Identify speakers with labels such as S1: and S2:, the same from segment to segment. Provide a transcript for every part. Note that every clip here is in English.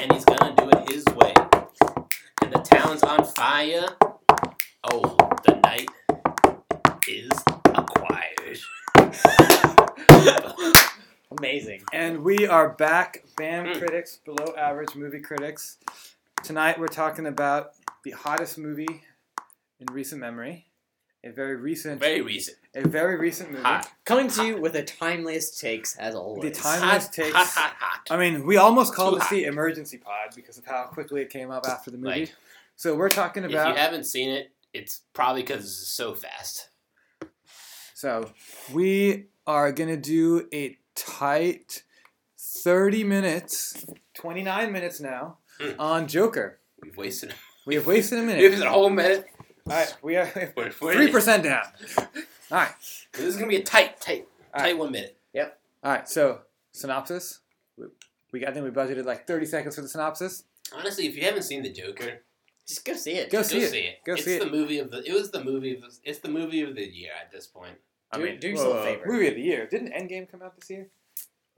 S1: and he's gonna do it his way. And the town's on fire. Oh, the night is acquired.
S2: Amazing.
S3: And we are back, BAM
S1: Mm.
S3: critics, below average movie critics. Tonight we're talking about the hottest movie in recent memory. A very recent,
S1: Very recent.
S3: a very recent movie.
S1: Hot.
S2: Coming to you with the timeliest takes as always.
S3: The time-
S1: Hot,
S3: Timeless takes-
S1: hot, hot, hot.
S3: I mean, we almost called
S1: Too
S3: this
S1: hot.
S3: the emergency pod because of how quickly it came up after the movie.
S1: Like,
S3: so we're talking
S1: if
S3: about.
S1: you haven't seen it, it's probably because it's so fast.
S3: so we are gonna do a tight thirty minutes, twenty nine minutes now
S1: Mm.
S3: on Joker.
S1: We've wasted.
S3: We have wasted a
S1: It was
S3: minute.
S1: a whole minute.
S3: All right, we are
S1: We're- we're-
S3: three percent down. All right.
S1: This is gonna be a tight, tight,
S3: All
S1: tight
S3: right.
S1: one minute.
S3: All right. So synopsis. We, we I think we budgeted like thirty seconds for the synopsis.
S1: Honestly, if you haven't seen the Joker,
S2: Just go see it.
S3: Go
S1: go
S3: see it. Go
S1: it's
S3: see
S1: the
S3: it.
S1: movie of the. It was the movie of. The, it's the movie of the year at this point.
S2: Do- do yourself a favor.
S3: Movie of the year. Didn't Endgame come out this year?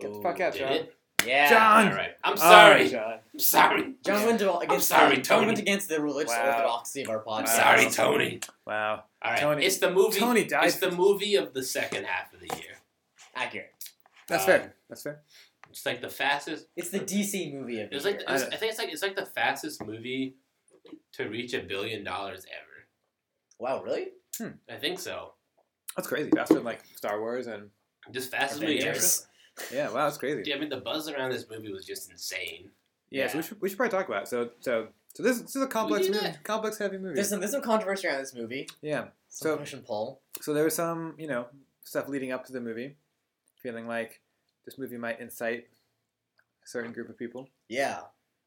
S3: Get the fuck out,
S1: Did
S3: John.
S1: it?
S2: Yeah.
S3: John-
S1: All right. I'm sorry.
S3: All right,
S1: I'm sorry.
S2: John went against
S1: sorry,
S2: the, John
S1: Tony.
S2: went against the religious
S3: Wow.
S2: orthodoxy of our podcast.
S1: I'm
S3: Wow.
S1: sorry, Tony.
S3: John. Wow.
S1: All right.
S3: Tony-
S1: It's the movie.
S3: Tony died.
S1: It's the movie of the second half of the year.
S2: Accurate.
S3: That's
S1: Um,
S3: fair. That's fair.
S1: It's like the fastest.
S2: It's the DC movie
S1: It
S2: of
S1: was
S2: the
S1: like.
S2: year.
S1: The, it was- I think it's like it's like the fastest movie to reach a billion dollars ever.
S2: Wow, really?
S1: I think so.
S3: That's crazy. Faster than like Star Wars and
S1: Just fastest movie ever.
S2: Avengers.
S3: yeah. Wow, that's crazy.
S1: Yeah, I mean the buzz around this movie was just insane.
S3: Yeah, So we should we should probably talk about it. so so so this this is a complex
S1: do
S3: movie,
S1: that.
S3: complex heavy movie.
S2: There's some there's some controversy around this movie.
S3: yeah.
S2: Some
S3: So-
S2: push and pull.
S3: So there was some you know stuff leading up to the movie, feeling like this movie might incite a certain group of people.
S2: Yeah.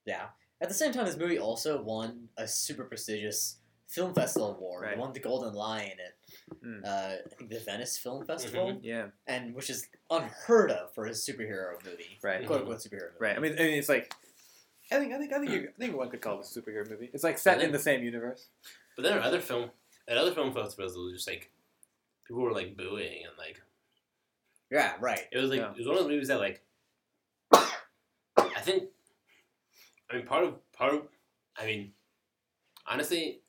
S2: Yeah. At the same time, this movie also won a super prestigious film festival award.
S3: Right.
S2: It won the Golden Lion at
S3: Mm.
S2: uh, I think the Venice
S1: Mm-hmm.
S2: Film Festival,
S3: Yeah.
S2: and which is unheard of for a superhero movie.
S3: Right.
S2: Quote unquote superhero movie.
S3: Right. I mean, I mean, it's like. I think I think I think you, I think one could call it a superhero movie. It's like set in the same universe.
S1: But then another film, another film festivals was just like people were like booing and like
S2: Yeah, right.
S1: it was like
S3: Yeah.
S1: it was one of those movies that like I think I mean part of part of I mean honestly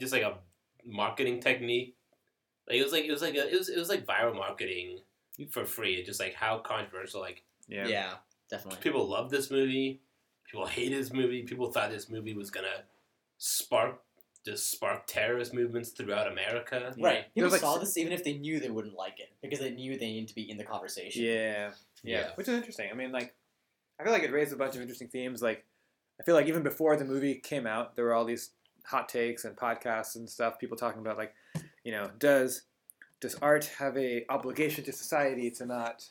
S1: just like a marketing technique like it was like it was like a, it was it was like viral marketing for free It's just like how controversial like
S2: Yeah,
S3: Yeah.
S2: definitely.
S1: people loved this movie people hated this movie people thought this movie was gonna spark just spark terrorist movements throughout America
S3: Yeah.
S2: Right. People
S3: There's, like,
S2: saw
S3: s-
S2: this even if they knew they wouldn't like it because they knew they needed to be in the conversation.
S3: Yeah. Yeah. Which is interesting. I mean, like, I feel like it raised a bunch of interesting themes. Like, I feel like even before the movie came out, there were all these hot takes and podcasts and stuff. People talking about like, you know, does does art have a obligation to society to not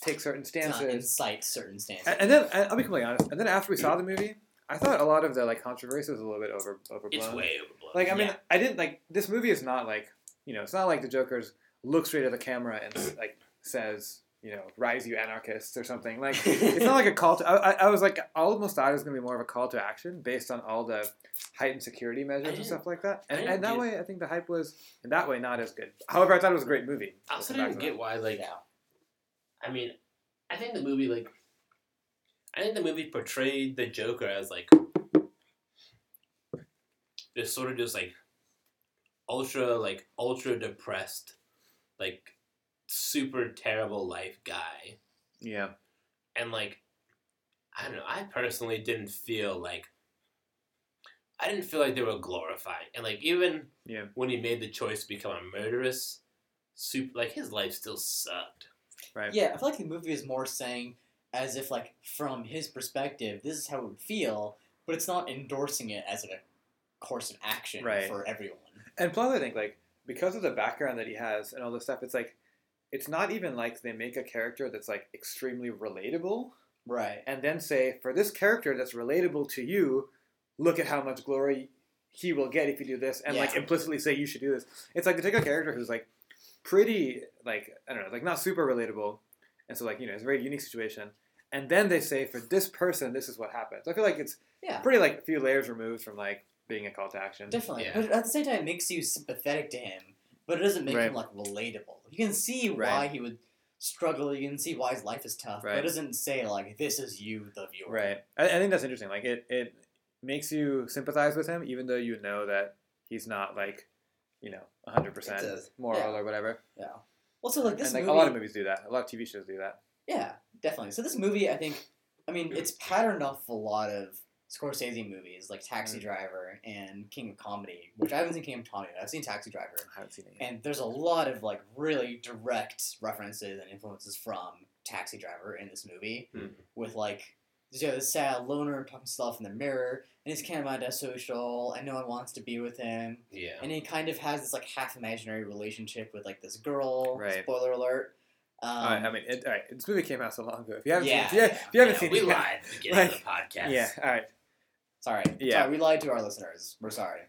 S3: take certain
S2: It's not
S3: stances?
S2: incite certain stances.
S3: And, and then I- I'll be completely honest. And then after we saw the movie, I thought a lot of the like controversy was a little bit over overblown.
S1: it's way overblown
S3: Like I mean,
S2: Yeah.
S3: I didn't like this movie is not like you know it's not like the Joker's look straight at the camera and like says you know rise you anarchists or something like it's not like a call to. I, I, I was like I almost thought it was gonna be more of a call to action based on all the heightened security measures and
S1: didn't-
S3: stuff like
S1: I
S3: that. And,
S1: didn't
S3: and that
S1: get-
S3: way, I think the hype was in that way not as good. However, I thought it was a great movie.
S1: I also didn't get why like
S2: yeah.
S1: I mean, I think the movie like, I think the movie portrayed the Joker as like this sort of just like ultra like ultra depressed, like super terrible life guy,
S3: yeah,
S1: and like I don't know. I personally didn't feel like I didn't feel like they were glorifying, and like even
S3: Yeah.
S1: when he made the choice to become a murderous, super like his life still sucked.
S3: right.
S2: Yeah, I feel like the movie is more saying as if like from his perspective, this is how it would feel, but it's not endorsing it as a course of action
S3: Right.
S2: for everyone.
S3: And plus, I think like because of the background that he has and all this stuff, it's like it's not even like they make a character that's like extremely relatable.
S2: Right.
S3: and then say, for this character that's relatable to you, look at how much glory he will get if you do this, and like
S2: Yeah.
S3: implicitly say you should do this. It's like to take a character who's like pretty, like I don't know, like not super relatable, and so like you know, it's a very unique situation, and then they say for this person, this is what happens. I feel like it's
S2: Yeah.
S3: pretty like a few layers removed from like being a call to action.
S2: Definitely.
S1: Yeah.
S2: But at the same time it makes you sympathetic to him, but it doesn't make
S3: Right.
S2: him like relatable. You can see
S3: Right.
S2: why he would struggle. You can see why his life is tough, but
S3: Right.
S2: it doesn't say like this is you, the viewer.
S3: Right. I, I think that's interesting. Like it, it makes you sympathize with him, even though you know that he's not like, you know, hundred percent
S2: It does.
S3: moral
S2: Yeah.
S3: or whatever.
S2: Also, like this
S3: and like
S2: movie,
S3: a lot of movies do that. A lot of TV shows do that.
S2: yeah, definitely. So this movie, I think, I mean, it's patterned off a lot of Scorsese movies like Taxi
S3: Mm.
S2: Driver and King of Comedy, which I haven't seen King of Comedy. but I've seen Taxi Driver,
S3: I haven't seen it. Yet.
S2: and there's a lot of like really direct references and influences from Taxi Driver in this movie.
S3: Hmm.
S2: with like you know, the sad loner talking to himself in the mirror, and he's kind of antisocial, and no one wants to be with him.
S1: Yeah.
S2: And he kind of has this like half imaginary relationship with like this girl.
S3: Right.
S2: Spoiler alert. Um,
S3: all right. I mean, it, all right. This movie came out so long ago. If you haven't
S2: yeah,
S3: seen, it, if
S2: yeah,
S3: you, if you haven't
S1: Yeah,
S3: seen
S1: we
S3: it,
S1: lied at the beginning of
S3: Like,
S1: the podcast.
S3: Yeah. All right.
S2: sorry,
S3: Yeah.
S2: sorry, we lied to our listeners. We're sorry.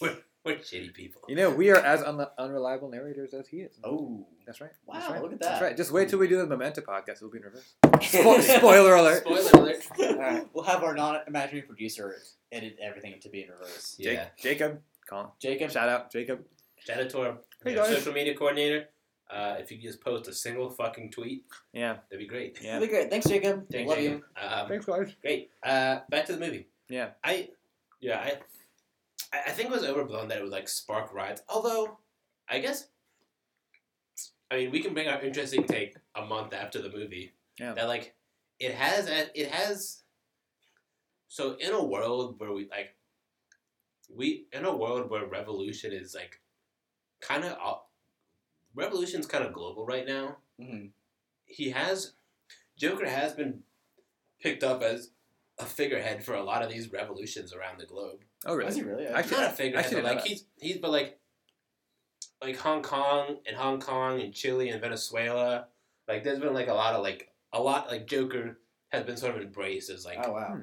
S1: We're, we're shitty people.
S3: You know, we are as unre- unreliable narrators as he is.
S2: Oh,
S3: That's right.
S2: wow!
S3: That's right.
S2: Look at
S3: That's
S2: that.
S3: right. Just wait till we do the Memento podcast. It'll be in reverse. Spo- spoiler alert.
S1: Spoiler alert.
S3: Alright.
S2: We'll have our non-imaginary producer edit everything to be in reverse.
S1: Yeah.
S3: Jake, Jacob, Colin.
S2: Jacob,
S3: Shout out, Jacob.
S1: Shout out to our
S3: Hey,
S1: our
S3: guys.
S1: social media coordinator. Uh, if you could just post a single fucking tweet,
S3: Yeah.
S1: that'd be great.
S3: Yeah.
S2: that'd be great. Thanks, Jacob.
S1: Thank
S2: Love
S1: you.
S2: you.
S1: Um,
S3: Thanks, guys.
S1: Great. Uh, back to the movie.
S3: Yeah.
S1: I, yeah, I, I- I think it was overblown that it would like spark riots. Although, I guess, I mean, we can bring our interesting take a month after the movie.
S3: Yeah.
S1: That like, it has a- it has. So in a world where we like, we in a world where revolution is like, kind of, revolution's kind of global right now
S2: hmm
S1: he has Joker has been picked up as a figurehead for a lot of these revolutions around the globe.
S3: Oh,
S2: Was
S3: really?
S2: he really?
S3: I-
S1: Not a figurehead,
S3: actually,
S1: but like
S3: no.
S1: he's he's but like like Hong Kong and Hong Kong and Chile and Venezuela. Like there's been like a lot of like a lot like Joker has been sort of embraced as like
S2: oh wow!
S3: Hmm.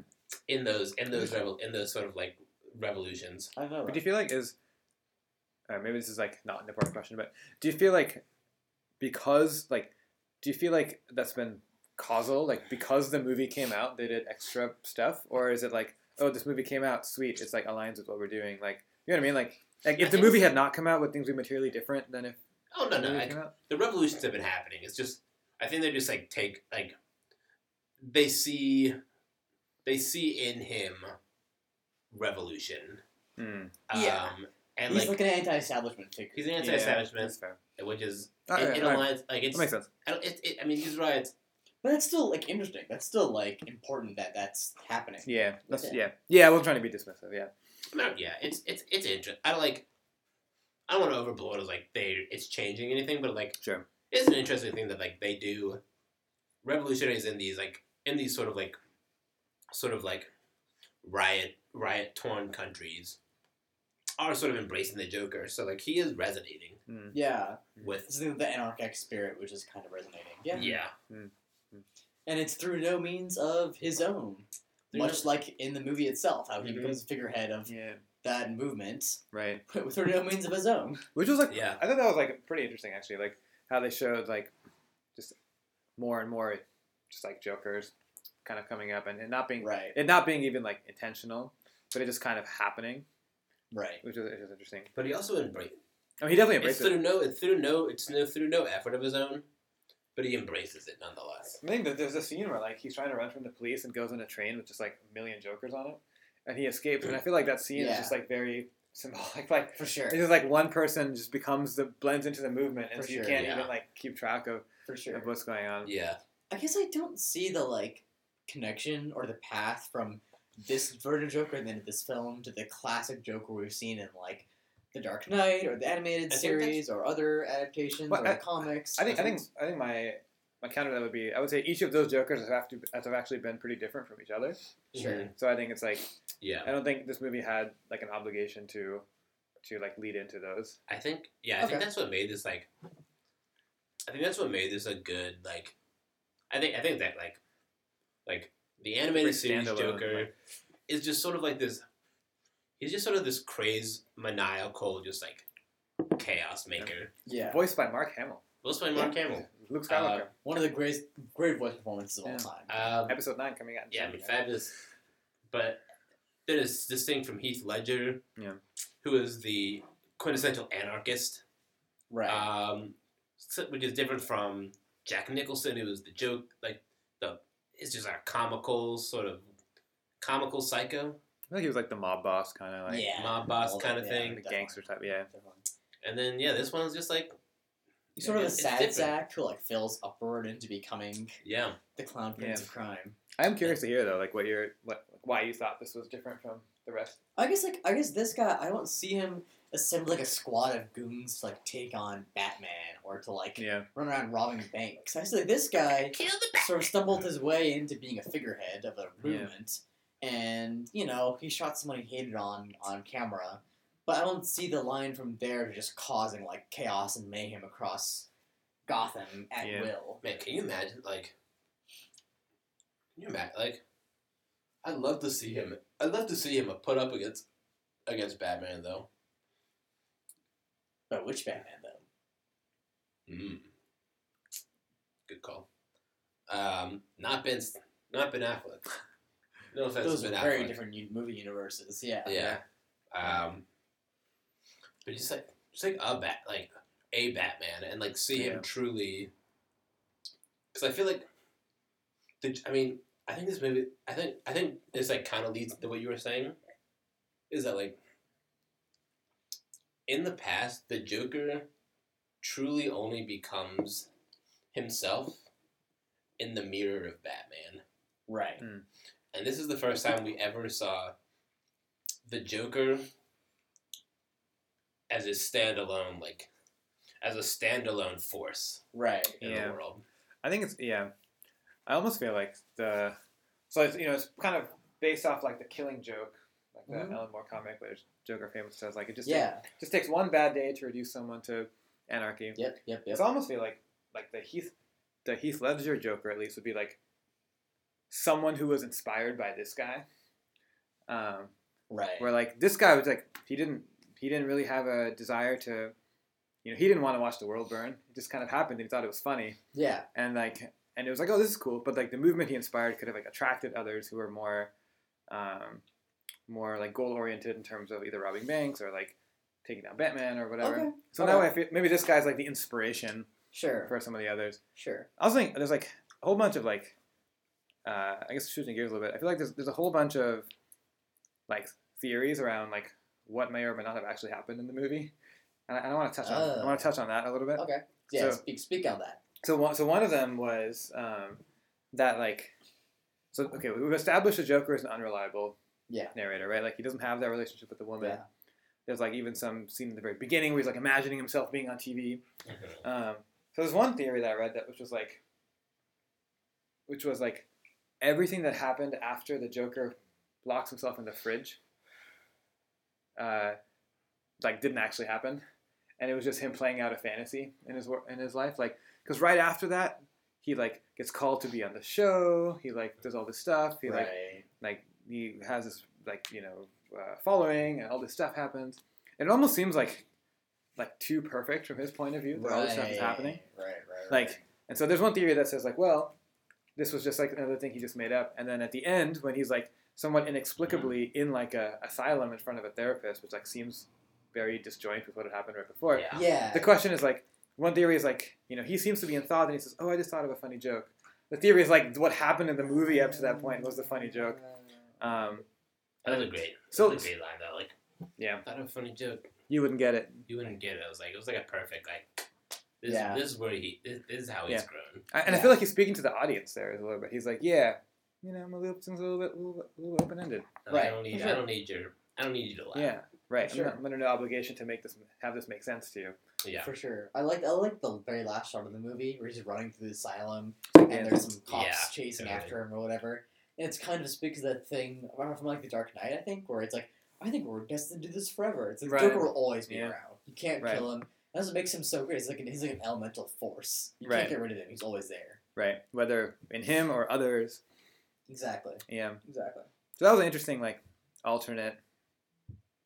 S1: in those in those revol- in those sort of like revolutions.
S2: I don't know.
S3: But do you feel like is, uh, maybe this is like not an important question, but do you feel like because like, do you feel like that's been causal? Like because the movie came out, they did extra stuff, or is it like, oh, this movie came out, sweet, it's like aligns with what we're doing? Like, you know what I mean? Like, like
S1: I
S3: if the
S1: think
S3: movie
S1: so.
S3: had not come out, would things be materially different than if
S1: Oh no
S3: the
S1: no,
S3: movie
S1: I,
S3: came out?
S1: the revolutions have been happening. It's just I think they just like take like they see they see in him revolution.
S3: Mm,
S2: Yeah.
S1: Um and
S2: he's
S1: like,
S2: like an anti-establishment figure.
S1: he's an anti-establishment,
S3: that's fair.
S1: which is
S3: All
S1: it,
S3: right,
S1: it
S3: all Oh, right.
S1: aligns like it's
S3: That makes sense.
S1: I, don't, it, it, I mean these riots
S2: But that's still like interesting. That's still like important that that's happening.
S3: Yeah, that's
S2: Okay.
S3: yeah, yeah. I was trying to be dismissive. Yeah,
S1: I mean, yeah, it's it's it's interesting. I don't like I don't want to overblow it as like they it's changing anything, but like
S3: Sure.
S1: it's an interesting thing that like they do revolutionaries in these like in these sort of like sort of like riot riot torn countries are sort of embracing the Joker. So like he is resonating
S3: Mm,
S2: Yeah,
S1: with
S2: it's the, the anarchic spirit, which is kind of resonating. Yeah,
S1: yeah.
S2: and it's through no means of his own,
S1: Through
S2: much
S1: no-
S2: like in the movie itself, how he
S1: Mhm.
S2: becomes a figurehead of
S3: yeah,
S2: that movement
S3: right.
S2: through no means of his own.
S3: which was like
S1: Yeah.
S3: I thought that was like pretty interesting actually, like how they showed like just more and more just like jokers kind of coming up and, and not being
S2: Right,
S3: it not being even like intentional, but it just kind of happening,
S2: right.
S3: which is, which is interesting.
S1: But he also embraces
S3: I mean, he definitely
S1: it's
S3: embraced
S1: through
S3: it.
S1: no it's through no it's no through no effort of his own, but he embraces it nonetheless.
S3: I think that there's a scene where like he's trying to run from the police and goes on a train with just like a million jokers on it, and he escapes. And I feel like that scene
S2: Yeah.
S3: is just like very symbolic. Like
S2: For sure,
S3: it's just like one person just becomes the blends into the movement, and
S2: For
S3: so you
S2: sure,
S3: can't
S1: yeah.
S3: even like keep track of,
S2: for sure.
S3: of what's going on.
S1: Yeah.
S2: I guess I don't see the like connection or the path from this version of Joker and then this film to the classic Joker we've seen in like The Dark Knight or the animated
S1: I think
S2: series or other adaptations
S3: Well,
S2: or
S3: I-
S2: the comics.
S3: I think I think I think my my counter to that would be I would say each of those jokers have, have to have actually been pretty different from each other.
S2: Sure.
S1: Mhm.
S3: So I think it's like
S1: Yeah.
S3: I don't think this movie had like an obligation to to like lead into those.
S1: I think yeah, I think
S2: Okay.
S1: that's what made this like I think that's what made this a good like I think I think that like like the animated
S3: Pretty
S1: series
S3: standalone,
S1: Joker
S3: like-
S1: is just sort of like this he's just sort of this crazed maniacal just like chaos maker.
S2: yeah,
S3: Voiced by Mark Hamill,
S1: Let's play Mark Hamill.
S3: Luke Skywalker,
S2: one of the greatest great voice performances of all
S3: Yeah.
S2: time.
S1: Um,
S3: episode nine coming out. in
S1: yeah, I mean
S3: December,
S1: fabulous. But there is this thing from Heath Ledger
S3: Yeah.
S1: who is the quintessential anarchist.
S2: Right.
S1: um, so- which is different from Jack Nicholson. It was the joke, like the it's just like a comical sort of comical psycho
S3: I think he was like the mob boss, kind of like
S2: yeah,
S1: mob boss
S2: all
S1: kind of
S2: that, yeah.
S1: thing.
S3: the gangster type. Yeah,
S2: Definitely.
S1: And then yeah, this one's just like
S2: You sort of the
S1: It's
S2: sad
S1: different.
S2: Zach who like fails upward into becoming
S1: yeah.
S2: the clown prince
S3: Yeah.
S2: of crime.
S3: I am curious to hear though, like what your what why you thought this was different from the rest.
S2: I guess like I guess this guy I don't see him assemble like a squad of goons to like take on Batman or to like
S3: Yeah,
S2: run around robbing banks. I see like this guy
S1: Kill the
S2: sort of stumbled his way into being a figurehead of a movement, and you know he shot someone he hated on on camera. But I don't see the line from there to just causing like chaos and mayhem across Gotham at
S3: Yeah.
S2: will.
S1: Man, can you imagine? Like, can you imagine? Like, I'd love to see him. I'd love to see him put up against against Batman, though.
S2: But which Batman though?
S1: Mm. Good call. Um, not Ben. Not Ben Affleck. No offense,
S2: Those are
S1: Ben Affleck.
S2: very different u- movie universes. Yeah.
S1: Yeah. Um, but just like just like a bat, like a Batman, and like see
S3: Yeah.
S1: him truly. Because I feel like, the, I mean, I think this movie, I think I think this like kind of leads to what you were saying, is that like. In the past, the Joker truly only becomes himself in the mirror of Batman.
S2: Right.
S1: And this is the first time we ever saw the Joker as a standalone, like as a standalone force
S2: Right.
S1: in
S3: Yeah.
S1: the world.
S3: I think it's yeah. I almost feel like the so it's you know it's kind of based off like the Killing Joke, like the
S2: Mhm.
S3: Alan Moore comic, which Joker famous says like it just
S2: yeah.
S3: just takes one bad day to reduce someone to anarchy.
S2: Yep. Yep. Yep.
S3: It's almost feel like like the Heath the Heath Ledger Joker at least would be like someone who was inspired by this guy. Um,
S2: right.
S3: where like this guy was like he didn't he didn't really have a desire to you know he didn't want to watch the world burn it just kind of happened and he thought it was funny
S2: Yeah.
S3: and like and it was like oh this is cool but like the movement he inspired could have like attracted others who were more um more like goal oriented in terms of either robbing banks or like taking down batman or whatever
S2: Okay.
S3: so that way I feel, maybe this guy's like the inspiration
S2: Sure.
S3: for some of the others
S2: Sure.
S3: I also think there's like a whole bunch of like, uh, I guess shifting gears a little bit. I feel like there's there's a whole bunch of like theories around like what may or may not have actually happened in the movie, and I, and I want to touch on I
S2: Oh.
S3: want to touch on that a little bit.
S2: Okay. Yeah.
S3: So-
S2: speak. Speak on that.
S3: So one so one of them was um, that like, so okay, we've established the Joker is an unreliable
S2: Yeah.
S3: narrator, right? Like he doesn't have that relationship with the woman.
S2: Yeah.
S3: There's like even some scene in the very beginning where he's like imagining himself being on TV. Um, so there's one theory that I read that which was like, which was like, everything that happened after the Joker locks himself in the fridge, uh, like didn't actually happen, and it was just him playing out a fantasy in his wor- in his life. Like, because right after that, he like gets called to be on the show. He like does all this stuff. He like
S2: Right.
S3: like he has this like you know uh, following and all this stuff happens it almost seems like like too perfect from his point of view that all this stuff is happening
S2: Right. Right.
S3: Like,
S2: right.
S3: and so there's one theory that says like well this was just like another thing he just made up and then at the end when he's like somewhat inexplicably in like a asylum in front of a therapist which like seems very disjoint with what had happened right before
S1: Yeah.
S2: Yeah.
S3: the question is like one theory is like you know he seems to be in thought and he says oh i just thought of a funny joke the theory is like what happened in the movie up to that point was the funny joke um,
S1: That was a great,
S3: So-
S1: so, that was a great line. That like,
S3: Yeah.
S1: thought of a funny joke.
S3: You wouldn't get it.
S1: You wouldn't get it. I was like, it was like a perfect like. This,
S2: Yeah.
S1: this is where he. This, this is how he's
S3: Yeah.
S1: grown.
S3: I, and I
S2: Yeah.
S3: feel like he's speaking to the audience there a little bit. He's like, yeah, you know, I'm a little, things a little bit, a little, a little open ended.
S1: Like,
S2: Right,
S1: I don't need.
S2: for sure.
S1: I don't need your. I don't need you to laugh.
S3: Yeah, right.
S2: Sure.
S3: I'm, not, I'm under no obligation to make this, have this make sense to you.
S1: Yeah.
S2: For sure. I like. I like the very last shot of the movie where he's running through the asylum and
S3: And-
S2: there's some cops
S1: Yeah,
S2: chasing
S1: totally.
S2: after him or whatever. And it's kind of speaks to that thing I remember from like the Dark Knight, I think, where it's like, I think we're destined to do this forever. It's like
S3: Right.
S2: Joker will always be
S3: Yeah.
S2: around. You can't
S3: Right.
S2: kill him. That's what makes him so great. He's like an, he's like an elemental force. You
S3: Right.
S2: can't get rid of him. He's always there.
S3: right. Whether in him or others.
S2: Exactly.
S3: Yeah.
S2: Exactly.
S3: So that was an interesting, like, alternate,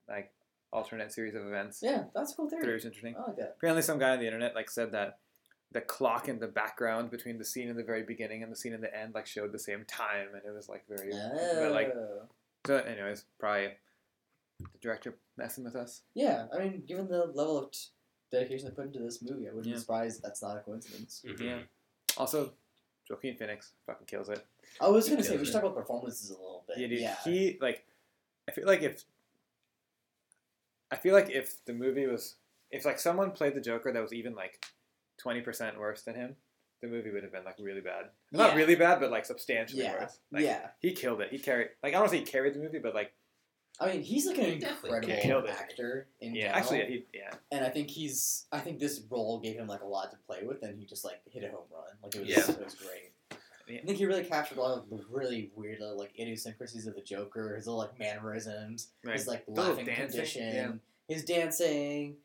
S3: like, alternate series of events.
S2: Yeah, that's a cool
S3: Thought it
S2: theory.
S3: was interesting.
S2: I like that.
S3: Apparently, some guy on the internet, like, said that the clock in the background between the scene in the very beginning and the scene in the end, like, showed the same time. And it was, like, very, but, like,
S2: Oh.
S3: So, anyways, probably the director messing with us.
S2: yeah, I mean, given the level of t- dedication they put into this movie, I wouldn't
S3: Yeah.
S2: be surprised that's not a coincidence.
S1: Mhm.
S3: Yeah. Also, Joaquin Phoenix fucking kills it.
S2: I was gonna say
S1: Yeah,
S2: we should talk about performances a little bit.
S3: Yeah,
S2: Yeah,
S3: dude. He like, I feel like if, I feel like if the movie was, if like someone played the Joker that was even like, twenty percent worse than him, the movie would have been like really bad. Not
S2: Yeah.
S3: really bad, but like substantially
S2: Yeah.
S3: worse. Like,
S2: Yeah.
S3: He killed it. He carried. Like I don't want to say he carried the movie, but like
S2: I mean, he's like an
S1: He definitely
S3: killed
S2: incredible
S3: it.
S2: actor in
S3: yeah,
S2: general,
S3: actually yeah, he yeah.
S2: and I think he's. I think this role gave him like a lot to play with, and he just like hit a home run. Like it was,
S1: Yeah.
S2: it was great.
S3: Yeah.
S2: I think he really captured a lot of the really weird uh, like idiosyncrasies of the Joker, his little like mannerisms,
S3: Right.
S2: his like
S3: little
S2: laughing
S3: dancing,
S2: condition,
S3: yeah.
S2: his dancing,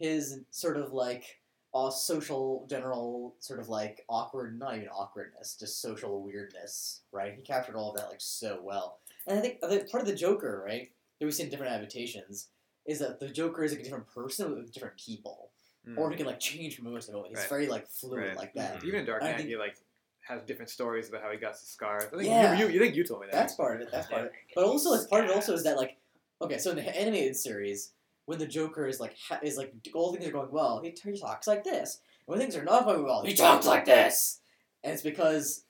S2: his sort of like all social general sort of like awkward not even awkwardness just social weirdness right he captured all of that like so well and i think I think part of the joker right that we see in different adaptations is that the joker is like a different person with different people
S3: Mm.
S2: or he can like change from moment to moment he's
S3: Right.
S2: very like fluid
S3: Right. Mm-hmm.
S2: like that
S1: Mhm.
S3: Even in Dark
S2: I
S3: Knight,
S2: think-
S3: he like has different stories about how he got his scars. I think
S2: Yeah.
S3: you, you, you think you told me that.
S2: that's part of it that's part of it But also, like part of it also is that like, okay, so in the animated series, when the Joker is like ha- is like all things are going well, he, he talks like this. When things are not going well, he talks like this. And it's because,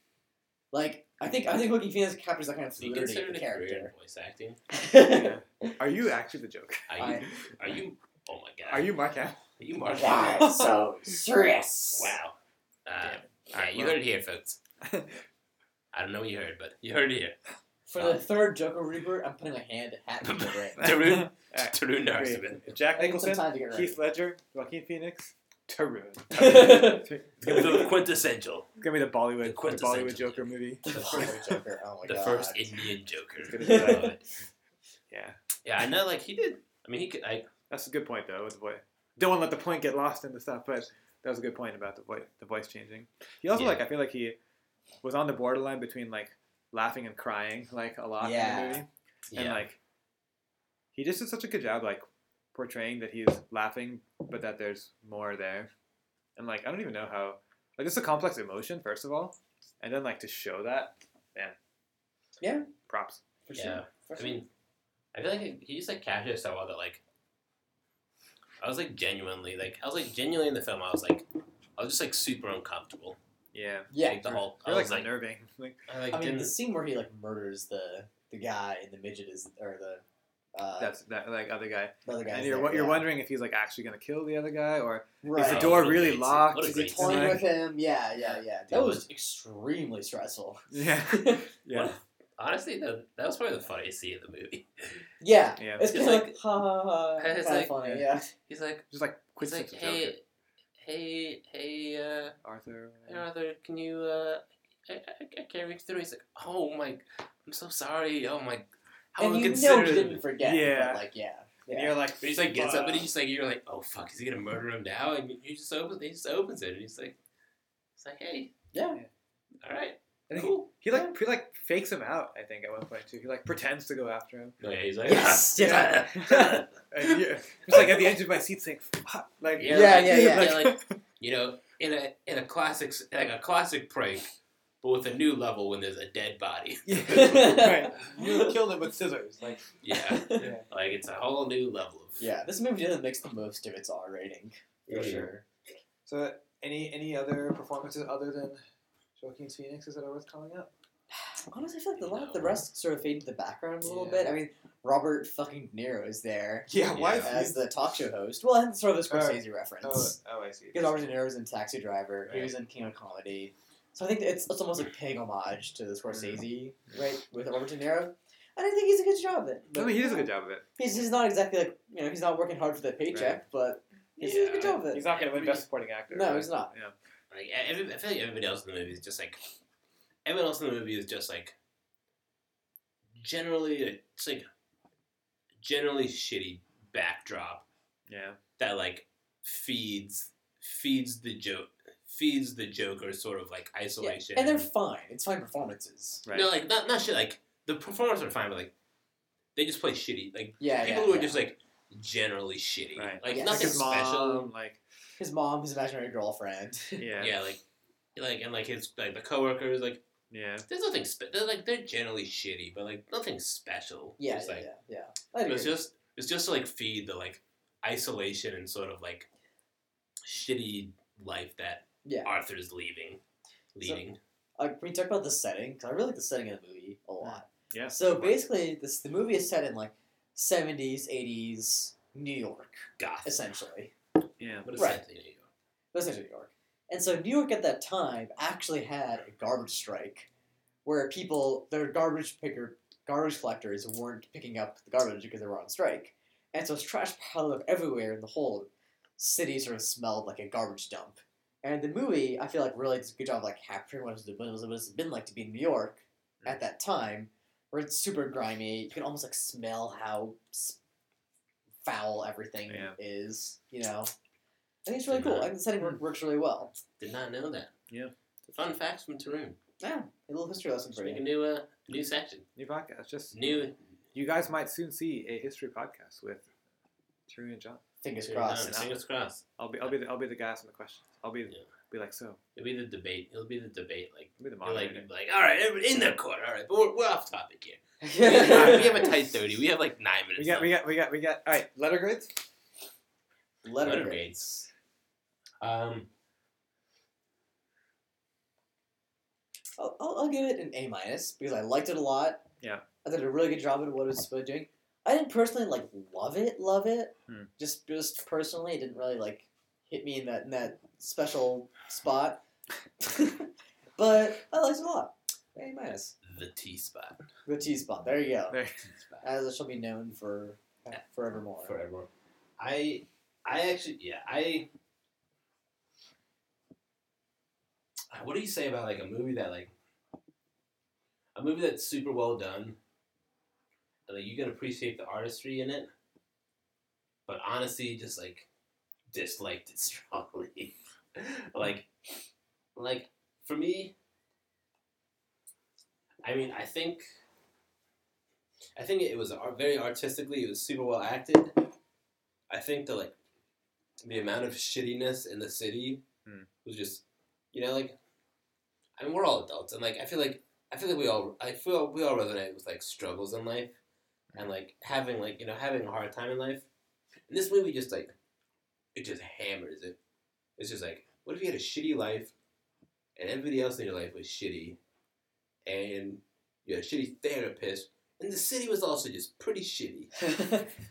S2: like, I think I think Joaquin Phoenix captures that kind of
S1: Is he
S2: fluidity of
S1: considered
S2: the
S1: a career
S2: character.
S1: in voice acting?
S3: Yeah. Are you actually the Joker?
S1: Are you? Are you? Oh my god.
S3: Are you Mark Hamill?
S1: Are you Mark?
S2: Why
S1: Hamill?
S2: so serious?
S1: Wow. Uh,
S3: Damn.
S1: all right, you
S3: Well-
S1: heard it here, folks. I don't know what you heard, but you heard it here.
S2: For the third Joker reboot, I'm putting my hand at hat in the ring.
S1: Tarun,
S3: Alright.
S1: Tarun Narasabin.
S3: Great. Jack
S2: I need some
S3: Nicholson,
S2: time to get ready.
S3: Keith Ledger, Joaquin Phoenix, Tarun.
S1: The
S2: Oh
S1: quintessential.
S3: It's gonna be the Bollywood,
S1: The
S3: the
S1: quintessential
S3: Bollywood Joker movie.
S2: the first Joker. Oh my
S1: The
S2: god.
S1: first Indian
S3: It's
S1: Joker.
S3: gonna
S2: be
S1: I love it.
S3: Yeah,
S1: yeah, I know. Like he did. I mean, he could. I,
S3: that's a good point though. With the voice, don't want to let the point get lost in the stuff. But that was a good point about the voice, the voice changing. He also
S1: Yeah.
S3: like I feel like he was on the borderline between like laughing and crying like a lot in
S2: Yeah.
S3: the movie,
S1: yeah.
S3: and like he just did such a good job like portraying that he's laughing but that there's more there, and like I don't even know how like it's a complex emotion first of all, and then like to show that man,
S2: Yeah.
S3: props.
S2: For sure.
S1: yeah.
S2: For
S1: I
S2: sure.
S1: mean, I feel like he- he just like captured it so well that like I was like genuinely like I was like genuinely in the film. I was like I was just like super uncomfortable.
S3: Yeah.
S2: yeah.
S1: like, the whole. I
S3: They're like
S1: was like,
S3: unnerving. Like,
S1: I like
S2: I mean,
S1: didn't.
S2: the scene where he like murders the the guy and the midget is or the uh,
S3: that's that like other guy.
S2: the other guy.
S3: And
S2: is
S3: you're
S2: there,
S3: what you're
S2: yeah.
S3: wondering if he's like actually gonna kill the other guy or
S2: right.
S3: is the
S1: Oh,
S3: door
S1: what a
S3: really
S1: great scene.
S3: locked?
S1: What a
S3: Is he
S1: great
S3: toying
S2: toying
S1: scene.
S2: with him? Yeah, yeah, yeah.
S1: Yeah.
S2: That was extremely stressful.
S3: Yeah. Yeah.
S1: honestly, though, that was probably the funniest scene of the movie.
S2: yeah,
S3: Yeah.
S2: it's
S1: It's
S2: kind of
S1: like-
S2: like ha ha ha.
S1: And it's
S2: kinda
S1: like-
S2: funny, yeah.
S1: He's like,
S3: Just like quick
S1: he's like,
S3: sense of Joker.
S1: hey, hey, hey, uh,
S3: Arthur.
S1: hey, Arthur, can you? uh I, I, I can't reach through. He's like, oh my, I'm so sorry. Oh my, how
S2: and you know he
S1: inconsiderate.
S2: didn't forget.
S3: Yeah.
S2: but like yeah.
S3: And
S2: yeah.
S3: you're like
S1: But he's like gets up and
S3: "Fuck."
S1: he's just like you're like oh fuck is he gonna murder him now and he just opens he just opens it and he's like it's like hey
S2: Yeah.
S1: all right
S3: I think
S1: cool
S3: he like he like fakes him out, I think, at one point too. He like pretends to go after him.
S1: no yeah he's like
S2: Yes.
S1: yeah yeah,
S3: And you just like at the edge of my seat saying, Fuck like
S1: yeah,
S2: Yeah,
S1: like,
S2: yeah, yeah.
S1: yeah, like you know in a in a classic like a classic prank but with a new level when there's a dead body
S3: right. You killed him with scissors. Like
S1: yeah
S3: yeah.
S1: like it's a whole new level of
S2: Yeah, this movie doesn't make the most of its R rating for
S1: Mhm.
S2: sure.
S3: So any any other performances other than Joaquin Phoenix is that are worth calling out?
S2: Honestly, I feel like a lot of the
S1: No.
S2: rest sort of fade to the background a little
S3: Yeah.
S2: bit. I mean, Robert fucking De Niro is there.
S3: Yeah,
S1: why is
S2: as the talk show host. Well, and sort of a
S3: Oh.
S2: Scorsese
S3: Oh,
S2: reference.
S3: oh, I see.
S2: Because Robert De Niro was in Taxi Driver. He
S3: Right.
S2: was in King of Comedy. So I think that it's, it's almost like paying homage to the Scorsese, right, with Robert De Niro. And I think he's a good job of it.
S3: Mm-hmm. I mean, he does a good job of it.
S2: He's, he's not exactly like, you know, he's not working hard for the paycheck, but he's doing a good
S1: Yeah.
S2: job of it.
S3: He's not going to win Best Supporting Actor.
S2: No,
S3: right?
S2: he's not.
S3: Yeah.
S1: Like I, every- I feel like everybody else in the movie is just like everyone else in the movie is just like generally it's like generally shitty backdrop
S3: Yeah.
S1: that like feeds feeds the joke feeds the Joker sort of like
S2: Yeah.
S1: isolation.
S2: And they're fine. It's fine performances.
S3: Right.
S1: no like not not shit like the performers are fine, but like they just play shitty like
S2: Yeah,
S1: people
S2: yeah,
S1: who are
S2: yeah.
S1: just like generally shitty
S3: Right.
S1: like
S2: Yeah.
S3: Like
S1: nothing
S3: his mom,
S1: special.
S3: like
S2: His mom, his imaginary girlfriend.
S3: yeah, yeah.
S1: Yeah, like like and like his like the coworkers like. There's nothing spe- they're like they're generally shitty, but like nothing special.
S2: yeah,
S1: it's
S2: yeah,
S1: like
S2: yeah, yeah. I agree.
S1: it's just it's just to like feed the like isolation and sort of like shitty life that
S2: yeah.
S1: Arthur's leaving. leading.
S2: Uh, can we talk about the setting? Because I really like the setting of the movie a lot.
S3: Yeah.
S2: So basically, this the movie is set in like 70s, 80s New York,
S1: Goth.
S2: essentially.
S3: Yeah.
S1: What is
S2: Right.
S1: that?
S2: That's New York. And so New York at that time actually had a garbage strike where people, their garbage picker, garbage collectors weren't picking up the garbage because they were on strike. And so it's trash piled up everywhere and the whole city sort of smelled like a garbage dump. And the movie, I feel like, really does a good job of like capturing what it's, what it's- what it's been like to be in New York at that time, where it's super grimy. You can almost like smell how s- foul everything
S3: Yeah.
S2: is. You know, I think it's really cool. I think the setting
S1: Hmm.
S2: work, works really well.
S1: Did not know that.
S3: Yeah.
S1: Fun facts from Tarun.
S2: Yeah, a little history lesson
S1: Just
S2: for
S1: make a
S2: you.
S1: new uh, new section.
S3: New podcast. Just
S1: New.
S3: you guys might soon see a history podcast with Drew and John.
S2: Fingers crossed.
S1: Yeah, Fingers crossed.
S3: I'll be I'll be the, I'll be the guy asking the questions. I'll be
S1: Yeah.
S3: be like so.
S1: It'll be the debate. It'll be the debate. Like,
S3: I'll be the
S1: you're like,
S3: moderator.
S1: you're like, all right, everybody in their court. All right, but we're, we're off topic here. uh, we have a tight thirty. We have like nine minutes.
S3: we got we
S1: left.
S3: got we got we got. All right, letter grades.
S2: Letter,
S1: Letter
S2: grades.
S1: grades. Um,
S2: I'll, I'll, I'll give it an A minus because I liked it a lot.
S3: Yeah.
S2: I did a really good job at what it was supposed to be doing. I didn't personally like love it, love it.
S3: Hmm.
S2: Just just personally, it didn't really like hit me in that in that special spot. but I liked it a lot. A minus.
S1: the T spot.
S2: The T spot. There you go.
S3: There.
S1: T spot.
S2: As it shall be known for forevermore.
S1: forever. I I actually yeah I. Uh, What do you say about like a movie that like a movie that's super well done? and, Like you can appreciate the artistry in it, but honestly, just like disliked it strongly. like, like for me, I mean, I think, I think it was ar- very artistically. It was super well acted. I think the like the amount of shittiness in the city
S3: Hmm.
S1: was just you know like I mean we're all adults and like I feel like I feel like we all I feel we all resonate with like struggles in life and like having like you know having a hard time in life and this movie just like it just hammers it it's just like what if you had a shitty life and everybody else in your life was shitty and you had a shitty therapist and the city was also just pretty shitty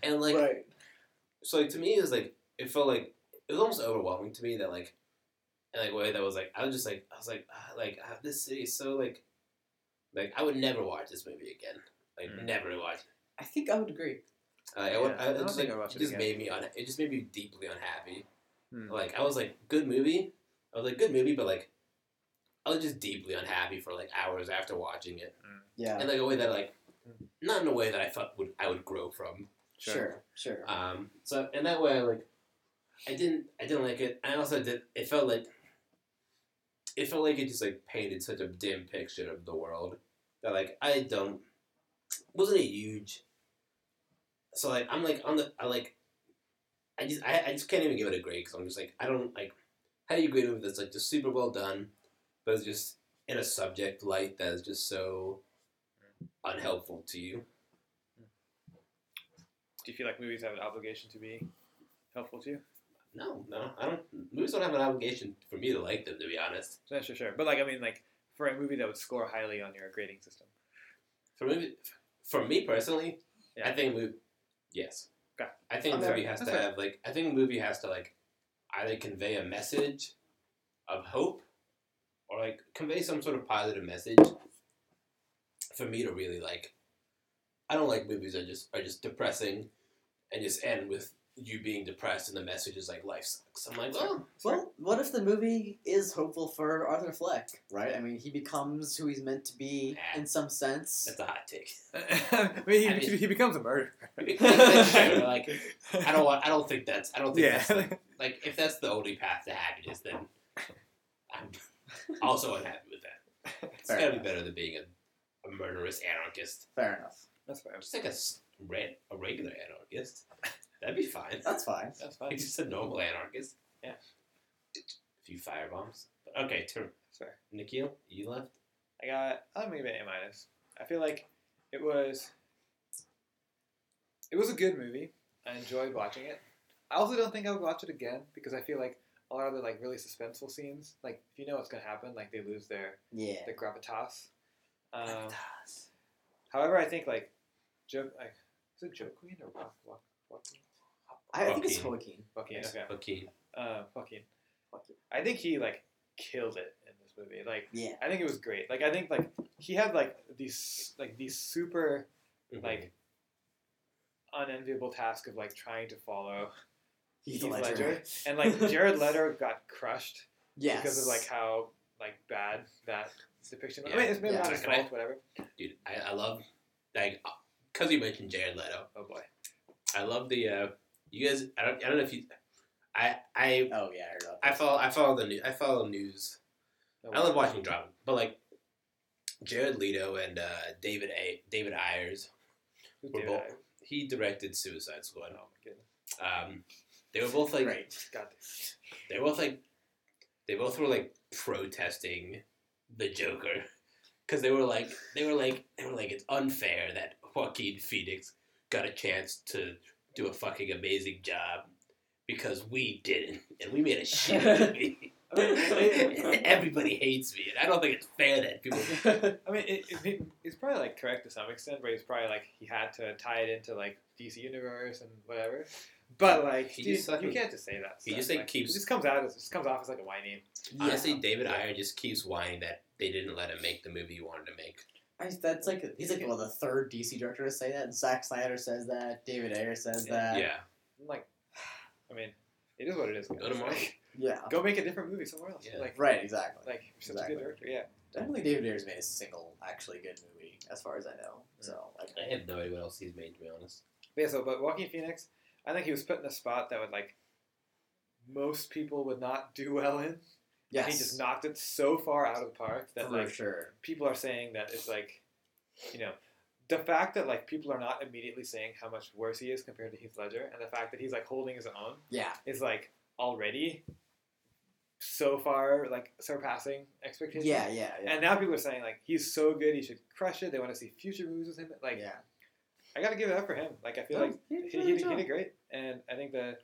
S1: and like
S2: right.
S1: so like to me it was like it felt like it was almost overwhelming to me that like in like a way that was like I was just like I was like ah, like ah, this city is so like like I would never watch this movie again like
S3: Mm.
S1: never watch
S2: I think I would agree.
S1: uh, I, would-
S3: Yeah,
S1: I,
S3: I
S1: it
S3: don't
S1: just
S3: think
S1: like
S3: I'd watch
S1: it
S3: it
S1: just
S3: again.
S1: made me un- it just made me deeply unhappy
S3: Hmm.
S1: like I was like good movie I was like good movie but like I was just deeply unhappy for like hours after watching it
S2: Yeah.
S1: in like a way that like
S3: Hmm.
S1: not in a way that I thought would I would grow from
S2: Sure. Sure.
S3: Uh,
S1: um, so in that way, I like, I didn't, I didn't like it. I also did. It felt like, it felt like it just like painted such a dim picture of the world that like I don't wasn't a huge. So like I'm like on the I like, I just I, I just can't even give it a grade because I'm just like I don't like how do you grade it that's like just super well done, but it's just in a subject light that is just so unhelpful to you.
S3: Do you feel like movies have an obligation to be helpful to you?
S1: No, no, I don't. Movies don't have an obligation for me to like them, to be honest.
S3: Yeah, sure, sure. But like, I mean, like for a movie that would score highly on your grading system.
S1: For movie, for me personally,
S3: Yeah.
S1: I think movie. Yes.
S3: Okay.
S1: I think a
S2: Okay,
S1: movie has to
S3: that's fair.
S1: have like. I think a movie has to like, either convey a message, of hope, or like convey some sort of positive message. For me to really like, I don't like movies that are just are just depressing, and just end with you being depressed and the message is like life sucks. I'm like, well,
S2: Well, what if the movie is hopeful for Arthur Fleck, right? I mean, he becomes who he's meant to be
S1: Nah.
S2: in some sense.
S1: that's a hot take.
S3: I mean, he,
S1: I mean-
S3: he becomes a murderer.
S1: like. I don't want. I don't think that's. I don't think
S3: Yeah.
S1: that's like, like if that's the only path to happiness, then I'm also unhappy with that. It's
S2: Fair
S1: gotta
S2: enough.
S1: be better than being a, a murderous anarchist.
S2: Fair enough.
S3: That's fine.
S1: Just like a s- red, a regular anarchist. That'd be fine.
S2: That's fine.
S3: That's
S1: Like
S3: fine.
S1: just a normal anarchist.
S3: Yeah.
S1: A few firebombs. But okay, turn.
S3: That's fair.
S1: Nikhil, you left.
S3: I got. I'm gonna give it an A minus. I feel like it was. It was a good movie. I enjoyed watching it. I also don't think I would watch it again because I feel like a lot of the like really suspenseful scenes, like if you know what's gonna happen, like they lose their
S2: Yeah.
S3: their gravitas. Um, however, I think like, jo- like is it Joaquin or Joaquin? Joaquin? Joaquin?
S2: I, I think it's
S1: Joaquin.
S2: Joaquin.
S3: Joaquin,
S2: Yes.
S3: okay.
S1: Okay.
S3: Uh, Joaquin.
S2: Joaquin.
S3: I think he like killed it in this movie. Like
S2: Yeah.
S3: I think it was great. Like I think like he had like these like these super
S1: Mhm.
S3: like unenviable task of like trying to follow
S2: Heath
S3: Heath
S2: Ledger.
S3: Ledger. and like Jared Leto got crushed
S2: Yes.
S3: because of like how like bad that depiction. Was. I
S1: Yeah.
S3: mean, it's maybe
S2: Yeah.
S3: not his
S1: Can I-
S3: fault, whatever.
S1: dude, I, I love like because you mentioned Jared Leto.
S3: Oh boy,
S1: I love the uh, you guys. I don't. I don't know if you. I I
S2: Oh yeah, I heard about
S1: I follow. I follow the news. I follow news.
S3: Oh,
S1: I
S3: boy.
S1: love watching drama, but like Jared Leto and uh, David A. David Ayers.
S3: Who
S1: We're
S3: did
S1: both-
S3: I?
S1: He directed Suicide Squad.
S3: Oh my goodness,
S1: Um, they were both
S2: that.
S1: like
S2: Great.
S3: God.
S1: they were both like they both were like protesting the Joker because they were like they were like they were like it's unfair that Joaquin Phoenix got a chance to do a fucking amazing job because we didn't and we made a shit movie.
S3: I mean, it- it-
S1: Everybody hates me, and I don't think it's fair that people.
S3: I mean, it, it, it- it's probably like correct to some extent, but he's probably like he had to tie it into like DC universe and whatever. But like,
S1: He
S3: dude,
S1: just fucking-
S3: you can't just say that.
S1: he
S3: stuff.
S1: just, like,
S3: like,
S1: keeps-
S3: it just comes out. As, it just comes off as like a whiny.
S1: Honestly,
S2: Yeah.
S1: David Ayer just keeps whining that they didn't let him make the movie he wanted to make.
S2: I, that's like he's like well the third DC director to say that, and Zack Snyder says that, David Ayer says that.
S1: yeah,
S3: I'm like, I mean, it is what it is.
S1: Go to
S3: guys.
S1: Marvel.
S2: Yeah.
S3: Go make a different movie somewhere else.
S1: Yeah.
S3: Like,
S2: Right. Exactly.
S3: like you're such
S2: Exactly.
S3: a good director. Yeah.
S2: I don't think David Ayer's made a single actually good movie, as far as I know.
S3: Mm.
S2: So like,
S1: I have no idea what else he's made to be honest.
S3: But yeah. So, but Joaquin Phoenix, I think he was put in a spot that would like most people would not do well in.
S2: yes,
S3: And he just knocked it so far out of the park that
S2: for
S3: like
S2: sure.
S3: people are saying that it's like, you know, the fact that like people are not immediately saying how much worse he is compared to Heath Ledger, and the fact that he's like holding his own
S2: Yeah.
S3: is like already so far like surpassing expectations.
S2: Yeah. Yeah. Yeah.
S3: And now people are saying like he's so good, he should crush it. They want to see future movies with him. Like
S2: yeah.
S3: I gotta give it up for him. Like I feel like
S2: Oh, he,
S3: he, he, did- he did great. And I think the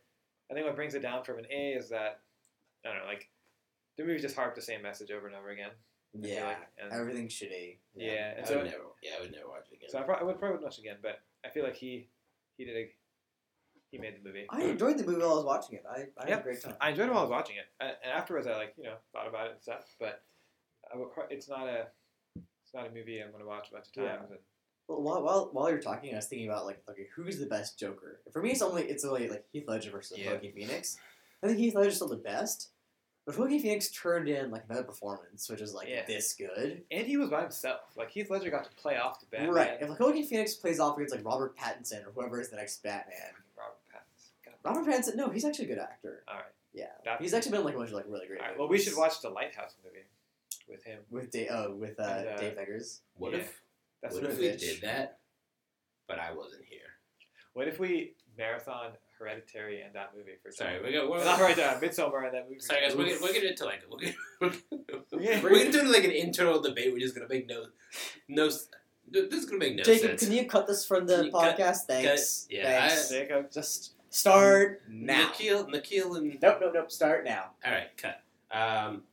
S3: I think what brings it down from an A is that I don't know like the movie just harped the same message over and over again. I feel
S2: yeah.
S3: like. And-
S2: Everything's shitty.
S3: yeah. and
S1: I
S3: so
S1: would never. Yeah, I would never watch it again.
S3: So I, probably, I would probably wouldn't watch it again, but I feel like he he did a he made the movie.
S2: I enjoyed the movie while I was watching it. I, I had
S3: Yeah.
S2: a great time.
S3: I enjoyed it while I was watching it, and, and afterwards I like you know thought about it and stuff. But I would, pro- it's not a it's not a movie I'm going to watch a bunch of
S2: Yeah.
S3: times.
S2: Well, while, while while you're talking, I was thinking about like, okay, who's the best Joker? For me, it's only it's only like Heath Ledger versus
S3: Yeah.
S2: Joaquin Phoenix. I think Heath Ledger's still the best, but Joaquin Phoenix turned in like another performance, which is like
S3: Yeah.
S2: this good,
S3: And, and he was by himself. Like Heath Ledger got to play off the Batman.
S2: right? If like Joaquin Phoenix plays off against like Robert Pattinson or whoever is the next Batman,
S3: Robert Pattinson. God.
S2: Robert Pattinson, no, he's actually a good actor.
S3: All right.
S2: Yeah.
S3: That,
S2: He's actually been in, like a bunch of like really great.
S3: all right. Well, we
S2: movies.
S3: should watch the Lighthouse movie with him.
S2: with Dave uh, with uh,
S3: And, uh,
S2: Dave Eggers.
S1: What
S3: Yeah.
S1: if
S3: That's
S1: what
S3: what,
S1: if
S2: it
S1: we
S2: is.
S1: did that, but I wasn't here?
S3: what if we marathon Hereditary and that movie for
S1: Sorry, we got. We're,
S3: Not right now, Midsummer and that movie.
S1: sorry, guys. We're gonna, we're gonna into like we're gonna,
S3: Yeah.
S1: we're gonna do like an internal debate. We're just gonna make no no. s- This is gonna make no
S2: Jacob,
S1: sense.
S2: can you cut this from
S1: Can
S2: the
S1: you cut-
S2: podcast? Thanks.
S1: yeah, I-
S2: Thanks.
S3: Jacob.
S2: Just start now.
S1: Nikhil, Nikhil, and
S2: Nope, nope, nope. Start now.
S1: all right, cut. Um,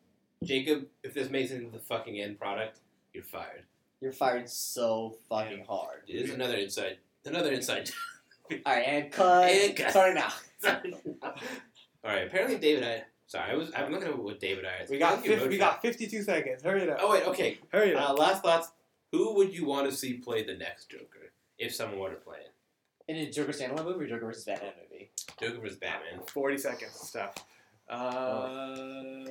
S1: Jacob, if this makes it into the fucking end product, you're fired.
S2: You're fired so fucking hard.
S1: It is another inside, another inside.
S2: All right, and cut.
S1: And cut.
S2: Sorry now.
S1: all right. Apparently, David. I sorry. I was. I'm looking at what David. I
S3: We got
S1: Thank you,
S3: 50, we
S1: Mojo.
S3: got 52 seconds. Hurry it up.
S1: Oh wait. Okay.
S3: Hurry it up.
S1: Uh, last thoughts. Who would you want to see play the next Joker if someone were to play it?
S2: In a Joker standalone movie or Joker versus Batman movie?
S1: Joker versus Batman.
S3: 40 seconds of stuff. Uh,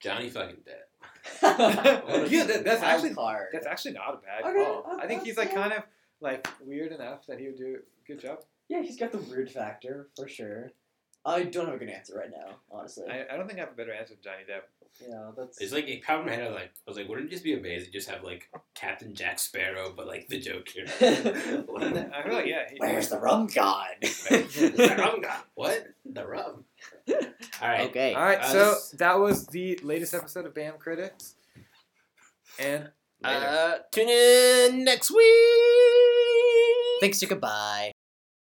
S1: Johnny fucking Depp.
S3: Yeah, that- that's
S2: Wild
S3: actually-
S2: card.
S3: that's actually not a bad
S2: Okay,
S3: call.
S2: uh,
S3: I think
S2: uh,
S3: he's like
S2: yeah.
S3: kind of like weird enough that he would do a good job.
S2: Yeah, he's got the weird factor for sure. I don't have a good answer right now, honestly.
S3: I, I don't think I have a better answer than Johnny Depp.
S2: you know, that's
S1: It's like it popped in my head. I was like, I was like, wouldn't it just be amazing to just have like Captain Jack Sparrow, but like the Joker? Wouldn't that-
S3: I feel like yeah. He,
S2: where's the rum god?
S1: the rum guy. "Oh What? The rum. All right.
S2: okay.
S3: All right,
S1: Uh,
S3: so
S1: this-
S3: that was the latest episode of Bam Critics, and later.
S1: tune Uh, in next week.
S2: Thanks, Jacob. Bye.